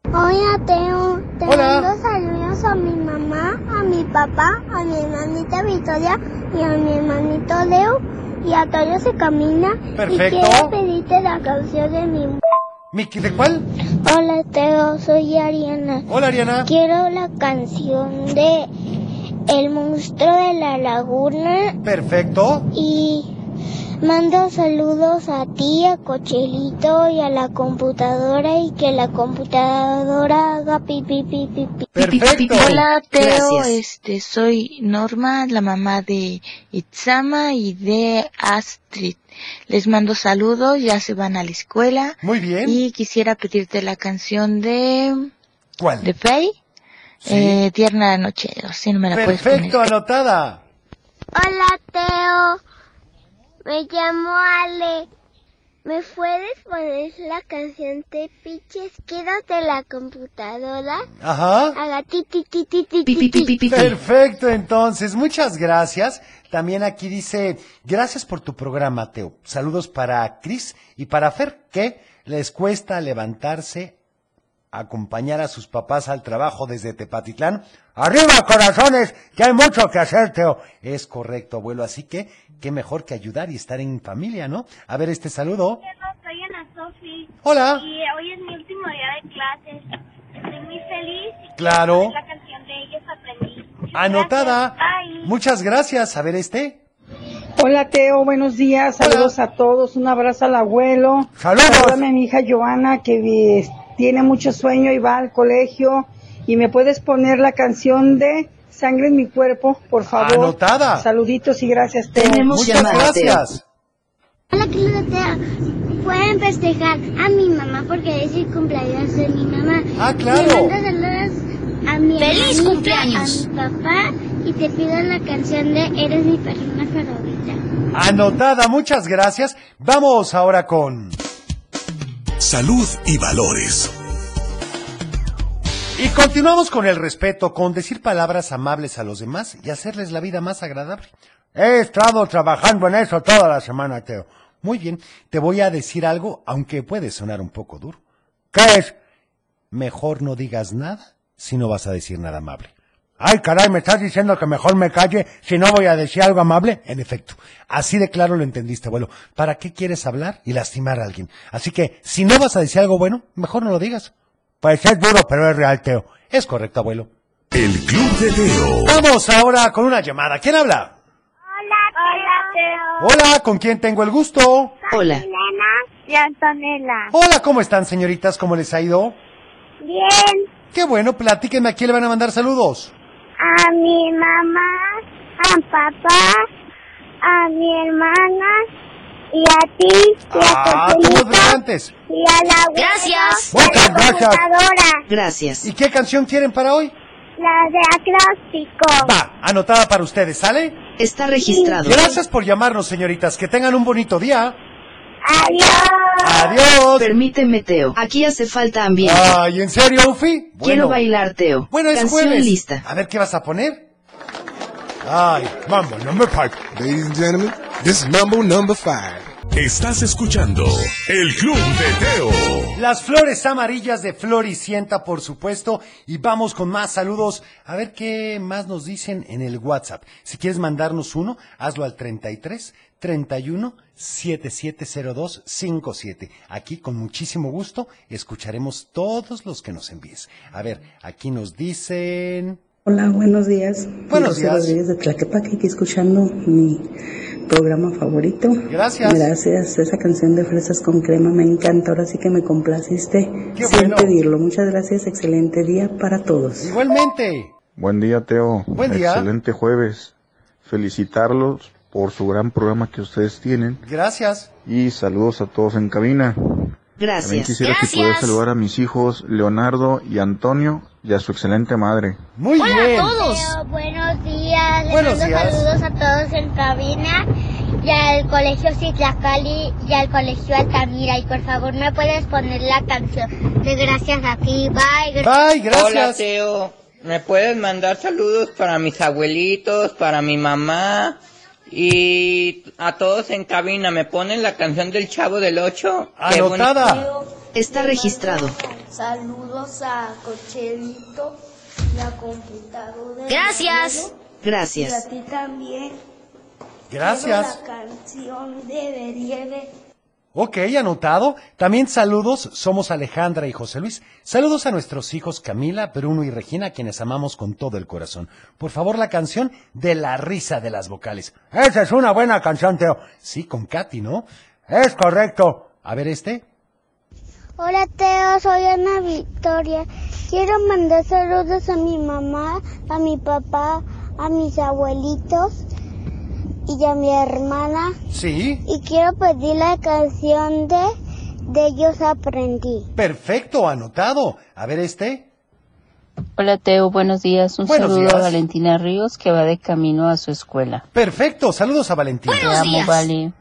[SPEAKER 9] Hola, Teo. Te
[SPEAKER 3] Hola.
[SPEAKER 9] mando saludos a mi mamá, a mi papá, a mi hermanita Victoria y a mi hermanito Leo y a Toyo se camina.
[SPEAKER 3] Perfecto.
[SPEAKER 9] Y quiero pedirte la canción de mi
[SPEAKER 3] Miki, ¿de cuál?
[SPEAKER 9] Hola, Teo. Soy Ariana.
[SPEAKER 3] Hola, Ariana.
[SPEAKER 9] Quiero la canción de El monstruo de la laguna
[SPEAKER 3] Perfecto.
[SPEAKER 9] y mando saludos a ti, a Cochelito y a la computadora y que la computadora haga pipi pipi pipi.
[SPEAKER 3] Perfecto.
[SPEAKER 19] Hola, Teo.
[SPEAKER 9] Gracias.
[SPEAKER 19] Este, soy Norma, la mamá de Itzama y de Astrid. Les mando saludos, ya se van a la escuela.
[SPEAKER 3] Muy bien.
[SPEAKER 19] Y quisiera pedirte la canción de...
[SPEAKER 3] ¿Cuál?
[SPEAKER 19] De Faye. Eh, Tierna Noche, o si no me la puedes
[SPEAKER 3] Perfecto,
[SPEAKER 19] poner.
[SPEAKER 3] anotada.
[SPEAKER 9] Hola Teo, me llamo Ale. ¿Me puedes poner la canción de Piches Quiero de la computadora?
[SPEAKER 3] Ajá.
[SPEAKER 9] Haga ti ti ti ti ti ti, ti.
[SPEAKER 3] Perfecto, entonces, muchas gracias. También aquí dice, gracias por tu programa, Teo. Saludos para Cris y para Fer, que les cuesta levantarse, acompañar a sus papás al trabajo desde Tepatitlán.
[SPEAKER 8] Arriba, corazones, que hay mucho que hacer, Teo.
[SPEAKER 3] Es correcto, abuelo, así que qué mejor que ayudar y estar en familia, ¿no? A ver este saludo.
[SPEAKER 5] Soy Ana Sofi.
[SPEAKER 13] Oh.
[SPEAKER 3] Hola.
[SPEAKER 5] Y hoy es mi último día de clases. Estoy muy feliz.
[SPEAKER 3] Claro.
[SPEAKER 5] La canción de ellos aprendí.
[SPEAKER 3] Anotada.
[SPEAKER 5] Gracias. Bye.
[SPEAKER 3] Muchas gracias. A ver este.
[SPEAKER 20] Hola Teo, buenos días, saludos a todos, un abrazo al abuelo.
[SPEAKER 3] Saludos.
[SPEAKER 20] Salúdame a mi hija Joana que vi- tiene mucho sueño y va al colegio y me puedes poner la canción de Sangre en mi cuerpo, por favor.
[SPEAKER 3] Anotada.
[SPEAKER 20] Saluditos y gracias Teo.
[SPEAKER 3] Muchas gracias.
[SPEAKER 9] Hola, Claudia. Pueden festejar a mi mamá porque es el cumpleaños de mi mamá.
[SPEAKER 3] Ah, claro.
[SPEAKER 9] Le mando saludos a mi
[SPEAKER 13] ¡Feliz
[SPEAKER 9] hermanita,
[SPEAKER 13] cumpleaños!
[SPEAKER 9] a mi papá y te pido la canción de Eres mi persona favorita.
[SPEAKER 3] Anotada, muchas gracias. Vamos ahora con...
[SPEAKER 2] Salud y valores.
[SPEAKER 3] Y continuamos con el respeto, con decir palabras amables a los demás y hacerles la vida más agradable.
[SPEAKER 8] He estado trabajando en eso toda la semana, Teo.
[SPEAKER 3] Muy bien, te voy a decir algo, aunque puede sonar un poco duro.
[SPEAKER 8] ¿Qué es?
[SPEAKER 3] Mejor no digas nada si no vas a decir nada amable.
[SPEAKER 8] Ay, caray, ¿me estás diciendo que mejor me calle si no voy a decir algo amable?
[SPEAKER 3] En efecto, así de claro lo entendiste, abuelo. ¿Para qué quieres hablar y lastimar a alguien? Así que, si no vas a decir algo bueno, mejor no lo digas.
[SPEAKER 8] Pues es duro, pero es real, Teo.
[SPEAKER 3] Es correcto, abuelo.
[SPEAKER 2] El Club de Teo.
[SPEAKER 3] Vamos ahora con una llamada. ¿Quién habla?
[SPEAKER 5] Hola, Teo.
[SPEAKER 3] Hola, ¿con quién tengo el gusto?
[SPEAKER 5] Milena. y Antonella.
[SPEAKER 3] Hola, ¿cómo están, señoritas? ¿Cómo les ha ido?
[SPEAKER 5] Bien.
[SPEAKER 3] Qué bueno, platíquenme, ¿a quién le van a mandar saludos?
[SPEAKER 5] A mi mamá, a papá, a mi hermana y a ti y a
[SPEAKER 3] Ah,
[SPEAKER 5] tu
[SPEAKER 3] todos
[SPEAKER 5] abuelita,
[SPEAKER 3] brillantes.
[SPEAKER 5] y a la abuela,
[SPEAKER 13] Gracias.
[SPEAKER 5] y a
[SPEAKER 3] Muchas
[SPEAKER 5] la
[SPEAKER 3] gracias.
[SPEAKER 5] computadora,
[SPEAKER 13] Gracias.
[SPEAKER 3] ¿Y qué canción quieren para hoy?
[SPEAKER 5] la de acróstico.
[SPEAKER 3] Va, anotada para ustedes, ¿sale?
[SPEAKER 13] Está registrado.
[SPEAKER 3] Gracias por llamarnos, señoritas. Que tengan un bonito día.
[SPEAKER 5] Adiós.
[SPEAKER 3] Adiós.
[SPEAKER 13] Permíteme, Teo. Aquí hace falta ambiente.
[SPEAKER 21] Ah,
[SPEAKER 3] Ay, ¿en serio, Ufi?
[SPEAKER 13] Quiero bailar, Teo.
[SPEAKER 3] Bueno, es
[SPEAKER 13] Canción
[SPEAKER 3] jueves.
[SPEAKER 13] lista.
[SPEAKER 3] A ver, ¿qué vas a poner? Ay, mambo, number five.
[SPEAKER 1] Ladies and gentlemen, this is Mambo number five.
[SPEAKER 2] Estás escuchando El Club de Teo.
[SPEAKER 3] Las flores amarillas de Floricienta, por supuesto. Y vamos con más saludos. A ver qué más nos dicen en el WhatsApp. Si quieres mandarnos uno, hazlo al 33 31 7702 57. Aquí, con muchísimo gusto, escucharemos todos los que nos envíes. A ver, aquí nos dicen.
[SPEAKER 22] Hola, buenos días.
[SPEAKER 3] Buenos
[SPEAKER 22] Rocío
[SPEAKER 3] días.
[SPEAKER 22] Rodríguez de Tlaquepaque, aquí escuchando mi programa favorito.
[SPEAKER 3] Gracias.
[SPEAKER 22] Gracias. Esa canción de fresas con crema me encanta. Ahora sí que me complaciste
[SPEAKER 3] Qué
[SPEAKER 22] sin
[SPEAKER 3] bueno.
[SPEAKER 22] pedirlo. Muchas gracias. Excelente día para todos.
[SPEAKER 3] Igualmente.
[SPEAKER 6] Buen día, Teo.
[SPEAKER 3] Buen día.
[SPEAKER 6] Excelente jueves. Felicitarlos por su gran programa que ustedes tienen
[SPEAKER 3] Gracias.
[SPEAKER 6] y saludos a todos en cabina. También
[SPEAKER 13] Gracias.
[SPEAKER 6] quisiera si pudiera saludar a mis hijos Leonardo y Antonio y a su excelente madre.
[SPEAKER 3] Muy
[SPEAKER 13] Hola a
[SPEAKER 3] bien.
[SPEAKER 13] todos.
[SPEAKER 9] Pero buenos días, les
[SPEAKER 3] Buenos
[SPEAKER 9] mando
[SPEAKER 3] días.
[SPEAKER 9] saludos a todos en cabina y al colegio Citlacali y al colegio Altamira. Y por favor, me puedes poner la canción de Gracias a ti. Bye.
[SPEAKER 3] Bye,
[SPEAKER 23] Hola,
[SPEAKER 3] gracias.
[SPEAKER 23] Teo. ¿Me puedes mandar saludos para mis abuelitos, para mi mamá y a todos en cabina? ¿Me ponen la canción del Chavo del Ocho? Qué bonito.
[SPEAKER 3] Anotada.
[SPEAKER 13] Está registrado.
[SPEAKER 5] Saludos a Cochelito y a computadora.
[SPEAKER 13] Gracias. Gracias.
[SPEAKER 5] ti también.
[SPEAKER 3] Gracias.
[SPEAKER 5] canción de Berieve.
[SPEAKER 3] Ok, anotado. También saludos, somos Alejandra y José Luis. Saludos a nuestros hijos Camila, Bruno y Regina, quienes amamos con todo el corazón. Por favor, la canción de la risa de las vocales. Esa es una buena canción, Teo. Sí, con Katy, ¿no? Es correcto. A ver este.
[SPEAKER 9] Hola Teo, soy Ana Victoria. Quiero mandar saludos a mi mamá, a mi papá, a mis abuelitos y a mi hermana.
[SPEAKER 3] Sí.
[SPEAKER 9] Y quiero pedir la canción de De ellos aprendí.
[SPEAKER 3] Perfecto, anotado. A ver este.
[SPEAKER 24] Hola Teo, buenos días. Un
[SPEAKER 3] Buenos
[SPEAKER 24] saludo
[SPEAKER 3] días.
[SPEAKER 24] a Valentina Ríos que va de camino a su escuela.
[SPEAKER 3] Perfecto, saludos a Valentín.
[SPEAKER 24] Te amo, Vale.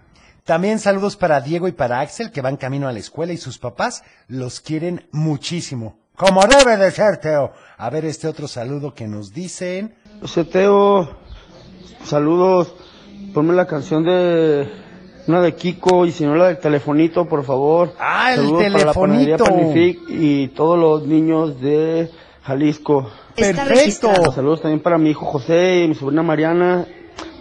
[SPEAKER 3] También saludos para Diego y para Axel que van camino a la escuela y sus papás los quieren muchísimo. Como debe de ser, Teo. A ver este otro saludo que nos dicen.
[SPEAKER 25] Seteo, saludos. Ponme la canción de una de Kiko y si no la del telefonito, por favor.
[SPEAKER 3] Ah, el
[SPEAKER 25] saludos para
[SPEAKER 3] telefonito.
[SPEAKER 25] la panadería Panific y todos los niños de Jalisco.
[SPEAKER 13] Está
[SPEAKER 3] Perfecto.
[SPEAKER 13] registrado.
[SPEAKER 25] Saludos también para mi hijo José y mi sobrina Mariana,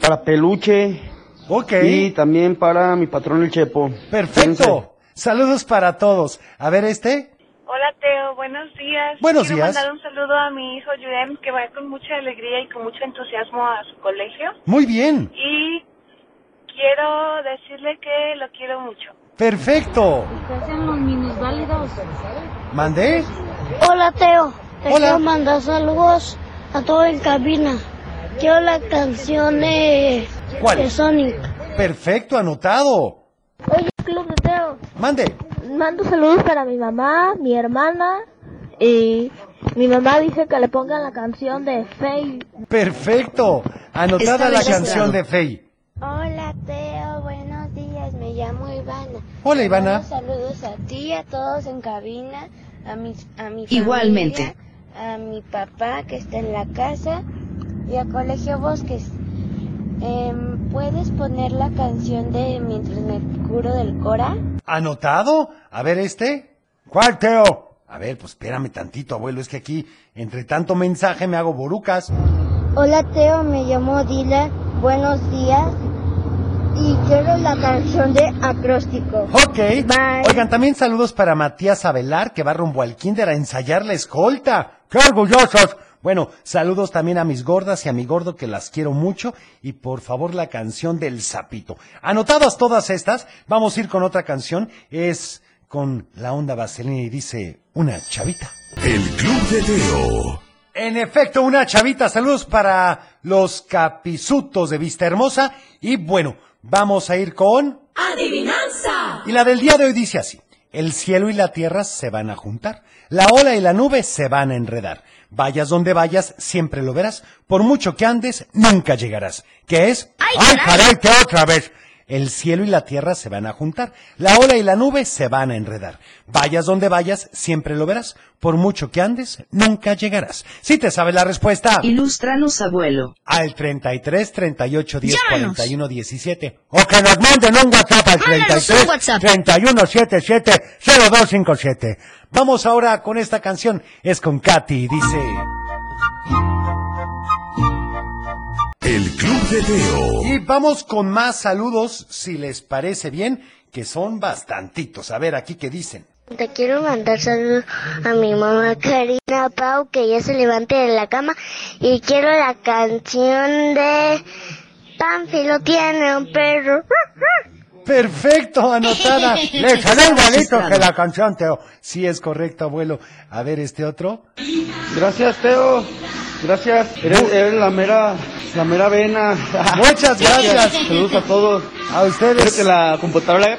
[SPEAKER 25] para Peluche
[SPEAKER 3] Ok.
[SPEAKER 25] y también para mi patrón el Chepo. Cuídense.
[SPEAKER 3] Perfecto. Saludos para todos. A ver este.
[SPEAKER 4] Hola Teo, buenos días.
[SPEAKER 3] Buenos
[SPEAKER 4] Quiero
[SPEAKER 3] días.
[SPEAKER 4] mandar un saludo a mi hijo Yurem que va con mucha alegría y con mucho entusiasmo a su colegio
[SPEAKER 3] Muy bien.
[SPEAKER 4] y quiero decirle que lo quiero mucho.
[SPEAKER 3] Perfecto.
[SPEAKER 16] ¿Qué hacen los minusválidos?
[SPEAKER 3] ¿Mandé?
[SPEAKER 9] Hola Teo, te
[SPEAKER 3] Hola.
[SPEAKER 9] quiero mandar saludos a todo en cabina. Quiero la canción de,
[SPEAKER 3] ¿Cuál?
[SPEAKER 9] de Sonic.
[SPEAKER 3] Perfecto, anotado.
[SPEAKER 9] Oye, Club de Teo,
[SPEAKER 3] Mande.
[SPEAKER 9] mando saludos para mi mamá, mi hermana y mi mamá dice que le pongan la canción de Faye.
[SPEAKER 3] Perfecto. Anotada
[SPEAKER 13] Está
[SPEAKER 3] la
[SPEAKER 13] registrado.
[SPEAKER 3] canción de Fey.
[SPEAKER 9] Hola Teo, buenos días, me llamo Ivana.
[SPEAKER 3] Hola, Ivana.
[SPEAKER 9] Saludos a ti, a todos en cabina, a mi, a mi
[SPEAKER 13] Igualmente.
[SPEAKER 9] familia, a mi papá que está en la casa y a Colegio Bosques. Em, ¿Puedes poner la canción de Mientras me curo del Cora?
[SPEAKER 3] ¿Anotado? A ver este. ¿Cuál, Teo? A ver, pues espérame tantito, abuelo. Es que aquí, entre tanto mensaje, me hago borucas.
[SPEAKER 9] Hola Teo, me llamo Dila, buenos días y quiero la canción de Acróstico.
[SPEAKER 3] Ok.
[SPEAKER 9] Bye.
[SPEAKER 3] Oigan, también saludos para Matías Avelar, que va rumbo al kinder a ensayar la escolta. ¡Qué orgullosos! Bueno, saludos también a mis gordas y a mi gordo que las quiero mucho y por favor la canción del sapito. Anotadas todas estas, vamos a ir con otra canción. Es con la onda vaselina y dice una chavita.
[SPEAKER 2] El Club de Teo.
[SPEAKER 3] En efecto, una chavita. Saludos para los capisutos de Vista Hermosa. Y bueno, vamos a ir con...
[SPEAKER 26] ¡Adivinanza!
[SPEAKER 3] Y la del día de hoy dice así. El cielo y la tierra se van a juntar. La ola y la nube se van a enredar. Vayas donde vayas, siempre lo verás. Por mucho que andes, nunca llegarás. ¿Qué es?
[SPEAKER 26] ¡Ay,
[SPEAKER 3] caray, que otra vez! El cielo y la tierra se van a juntar. La ola y la nube se van a enredar. Vayas donde vayas, siempre lo verás. Por mucho que andes, nunca llegarás. Si te sabes la respuesta.
[SPEAKER 13] Ilústranos, abuelo.
[SPEAKER 3] Al 33 38 10 41 17. O que nos manden un WhatsApp al 33 31 77 0257. Vamos ahora con esta canción. Es con Katy y dice.
[SPEAKER 2] El Club de Teo.
[SPEAKER 3] Y vamos con más saludos, si les parece bien, que son bastantitos. A ver, aquí que dicen.
[SPEAKER 9] Te quiero mandar saludos a mi mamá Karina Pau, que ya se levante de la cama. Y quiero la canción de Panfilo tiene un perro.
[SPEAKER 3] Perfecto, anotada. Le salió igualito que la canción, Teo. Sí es correcto, abuelo. A ver, este otro.
[SPEAKER 25] Gracias, Teo. Gracias. Eres, eres la mera, la mera vena.
[SPEAKER 3] Muchas gracias.
[SPEAKER 25] Saludos a todos.
[SPEAKER 3] A ustedes.
[SPEAKER 25] Espero que la computadora haga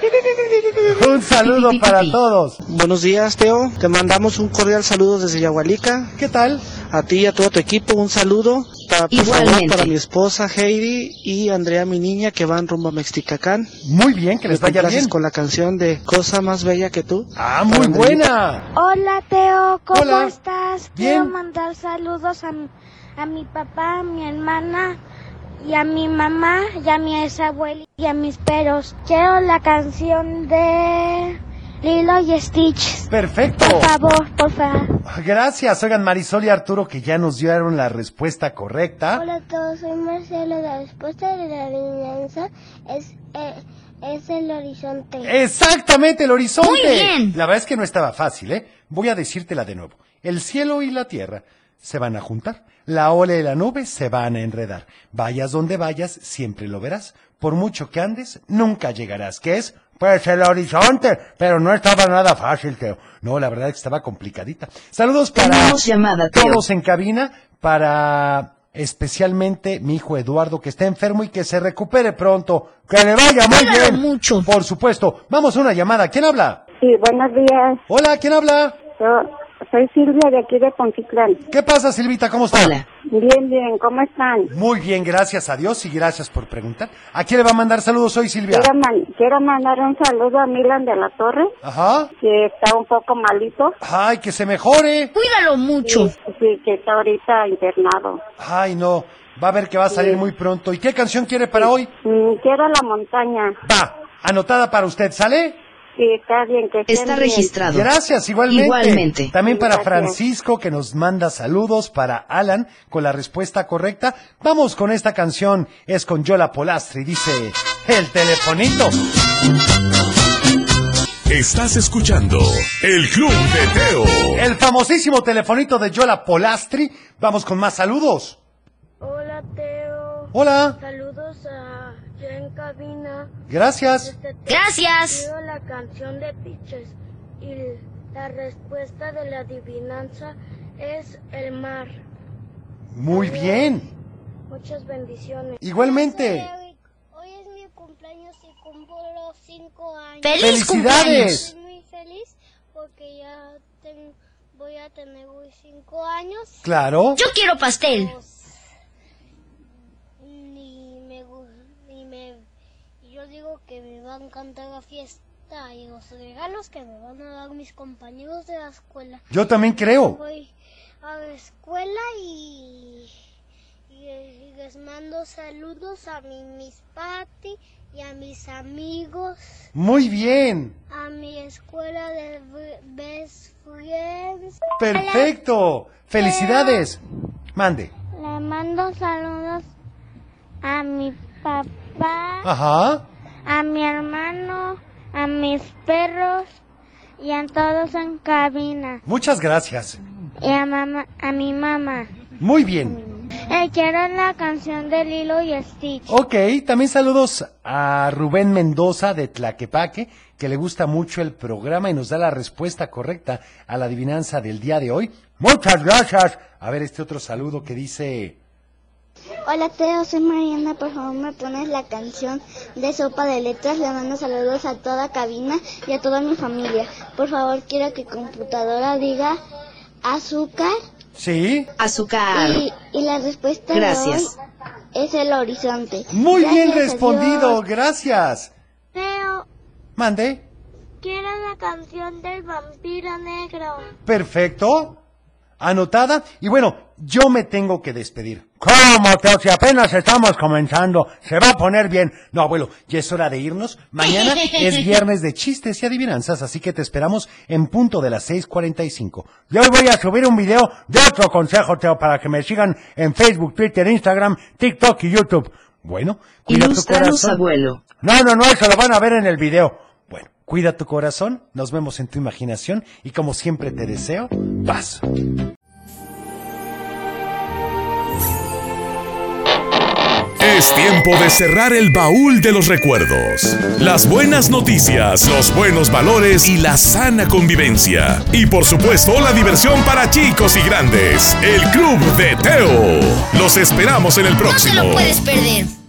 [SPEAKER 3] Un saludo para todos.
[SPEAKER 21] Buenos días, Teo. Te mandamos un cordial saludo desde Yahualica.
[SPEAKER 3] ¿Qué tal?
[SPEAKER 21] A ti y a todo tu equipo, un saludo.
[SPEAKER 3] Ah,
[SPEAKER 21] Para,
[SPEAKER 3] pues,
[SPEAKER 21] por favor, para mi esposa Heidi y Andrea, mi niña, que van rumbo a Mexicacán.
[SPEAKER 3] Muy bien, que les
[SPEAKER 21] Me
[SPEAKER 3] vaya
[SPEAKER 21] complaces
[SPEAKER 3] bien.
[SPEAKER 21] con la canción de Cosa más bella que tú.
[SPEAKER 3] Ah, muy buena.
[SPEAKER 11] Hola Teo, ¿cómo
[SPEAKER 3] Hola.
[SPEAKER 11] estás?
[SPEAKER 3] Bien.
[SPEAKER 11] Quiero mandar saludos a, mi- a mi papá, a mi hermana y a mi mamá y a mi abuela y a mis perros. Quiero la canción de Lilo y Stitch.
[SPEAKER 3] Perfecto.
[SPEAKER 11] Por favor, por favor.
[SPEAKER 3] Gracias. Oigan, Marisol y Arturo, que ya nos dieron la respuesta correcta.
[SPEAKER 9] Hola a todos, soy Marcelo. La respuesta de la adivinanza es, eh, es el horizonte.
[SPEAKER 3] Eh. Exactamente, el horizonte.
[SPEAKER 9] Muy bien.
[SPEAKER 3] La verdad es que no estaba fácil, ¿eh? Voy a decírtela de nuevo. El cielo y la tierra se van a juntar. La ola y la nube se van a enredar. Vayas donde vayas, siempre lo verás. Por mucho que andes, nunca llegarás. ¿Qué es? Pues el horizonte. Pero no estaba nada fácil, Teo. No, la verdad es que estaba complicadita. Saludos para
[SPEAKER 13] Tenemos llamada, Teo.
[SPEAKER 3] todos en cabina, para especialmente mi hijo Eduardo, que está enfermo y que se recupere pronto. Que le vaya muy bien. mucho. Por supuesto. Vamos a una llamada. ¿Quién habla?
[SPEAKER 12] Sí, buenos días.
[SPEAKER 3] Hola, ¿quién habla?
[SPEAKER 12] Yo soy Silvia de aquí de Poncitlán.
[SPEAKER 3] ¿Qué pasa, Silvita? ¿Cómo está?
[SPEAKER 12] Bien, bien, ¿cómo están?
[SPEAKER 3] Muy bien, gracias a Dios y gracias por preguntar. ¿A quién le va a mandar saludos hoy, Silvia?
[SPEAKER 12] Quiero, man- quiero mandar un saludo a Milan de la Torre,
[SPEAKER 3] Ajá.
[SPEAKER 12] que está un poco malito.
[SPEAKER 3] Ay, que se mejore.
[SPEAKER 12] Cuídalo mucho. Sí, sí, que está ahorita internado.
[SPEAKER 3] Ay, no. Va a ver que va a salir muy pronto. ¿Y qué canción quiere para hoy?
[SPEAKER 12] Mm, Quiero la montaña.
[SPEAKER 3] Va, anotada para usted, ¿sale?
[SPEAKER 12] Sí, está bien, que estén bien.
[SPEAKER 3] Gracias, igualmente.
[SPEAKER 12] Igualmente.
[SPEAKER 3] También para
[SPEAKER 12] Gracias.
[SPEAKER 3] Francisco, que nos manda saludos, para Alan, con la respuesta correcta. Vamos con esta canción, es con Yola Polastri, dice, el telefonito.
[SPEAKER 2] Estás escuchando El Club de Teo.
[SPEAKER 3] El famosísimo telefonito de Yola Polastri. Vamos con más saludos.
[SPEAKER 14] Hola Teo.
[SPEAKER 3] Hola.
[SPEAKER 14] Saludos a ya en cabina.
[SPEAKER 3] Gracias.
[SPEAKER 14] Este, te
[SPEAKER 3] Gracias.
[SPEAKER 14] pido la canción de Piches y la respuesta de la adivinanza es el mar.
[SPEAKER 3] Muy bien.
[SPEAKER 14] Muchas bendiciones.
[SPEAKER 3] Igualmente.
[SPEAKER 9] cumpleaños y cumplo cinco años.
[SPEAKER 3] ¡Feliz ¡Felicidades! cumpleaños!
[SPEAKER 9] Estoy muy feliz porque ya ten- voy a tener hoy cinco años.
[SPEAKER 3] Claro. Yo
[SPEAKER 9] quiero pastel. Y me, gu- y me- y yo digo que me va a encantar la fiesta y los regalos que me van a dar mis compañeros de la escuela.
[SPEAKER 3] Yo también creo.
[SPEAKER 9] Voy a la escuela y, y- y les mando saludos a mi mis pati y a mis amigos,
[SPEAKER 3] Muy bien.
[SPEAKER 9] a mi escuela de b- best friends.
[SPEAKER 3] Perfecto. Felicidades. Mande.
[SPEAKER 9] Le mando saludos a mi papá,
[SPEAKER 3] Ajá.
[SPEAKER 9] a mi hermano, a mis perros y a todos en cabina
[SPEAKER 3] Muchas gracias.
[SPEAKER 9] y a mamá, a mi mamá.
[SPEAKER 3] Muy bien.
[SPEAKER 27] Eh, quiero la canción de Lilo y Stitch.
[SPEAKER 3] Ok, también saludos a Rubén Mendoza de Tlaquepaque, que le gusta mucho el programa y nos da la respuesta correcta a la adivinanza del día de hoy. Muchas gracias. A ver este otro saludo que dice...
[SPEAKER 9] Hola Teo, soy Mariana, por favor me pones la canción de Sopa de Letras, le mando saludos a toda cabina y a toda mi familia. Por favor quiero que computadora diga azúcar
[SPEAKER 3] Sí.
[SPEAKER 9] Azúcar. Y, y la respuesta
[SPEAKER 3] Gracias.
[SPEAKER 9] de hoy es el horizonte.
[SPEAKER 3] Muy bien
[SPEAKER 9] Gracias,
[SPEAKER 3] respondido,
[SPEAKER 9] adiós.
[SPEAKER 3] gracias.
[SPEAKER 9] Teo,
[SPEAKER 3] Mande.
[SPEAKER 9] quiero la canción del vampiro negro.
[SPEAKER 3] Perfecto. Anotada. Y bueno, yo me tengo que despedir. ¿Cómo, Teo? Si apenas estamos comenzando, se va a poner bien. No, abuelo, ya es hora de irnos. Mañana es viernes de chistes y adivinanzas, así que te esperamos en punto de las 6.45. Y hoy voy a subir un video de otro consejo, Teo, para que me sigan en Facebook, Twitter, Instagram, TikTok y YouTube. Bueno, cuida tu
[SPEAKER 19] Ilústranos,
[SPEAKER 3] corazón.
[SPEAKER 19] abuelo.
[SPEAKER 3] No, no, no, eso lo van a ver en el video. Bueno, cuida tu corazón, nos vemos en tu imaginación y como siempre te deseo, paz.
[SPEAKER 2] Es tiempo de cerrar el baúl de los recuerdos. Las buenas noticias, los buenos valores y la sana convivencia. Y por supuesto, la diversión para chicos y grandes. El Club de Teo. Los esperamos en el próximo.
[SPEAKER 5] No te lo puedes perder.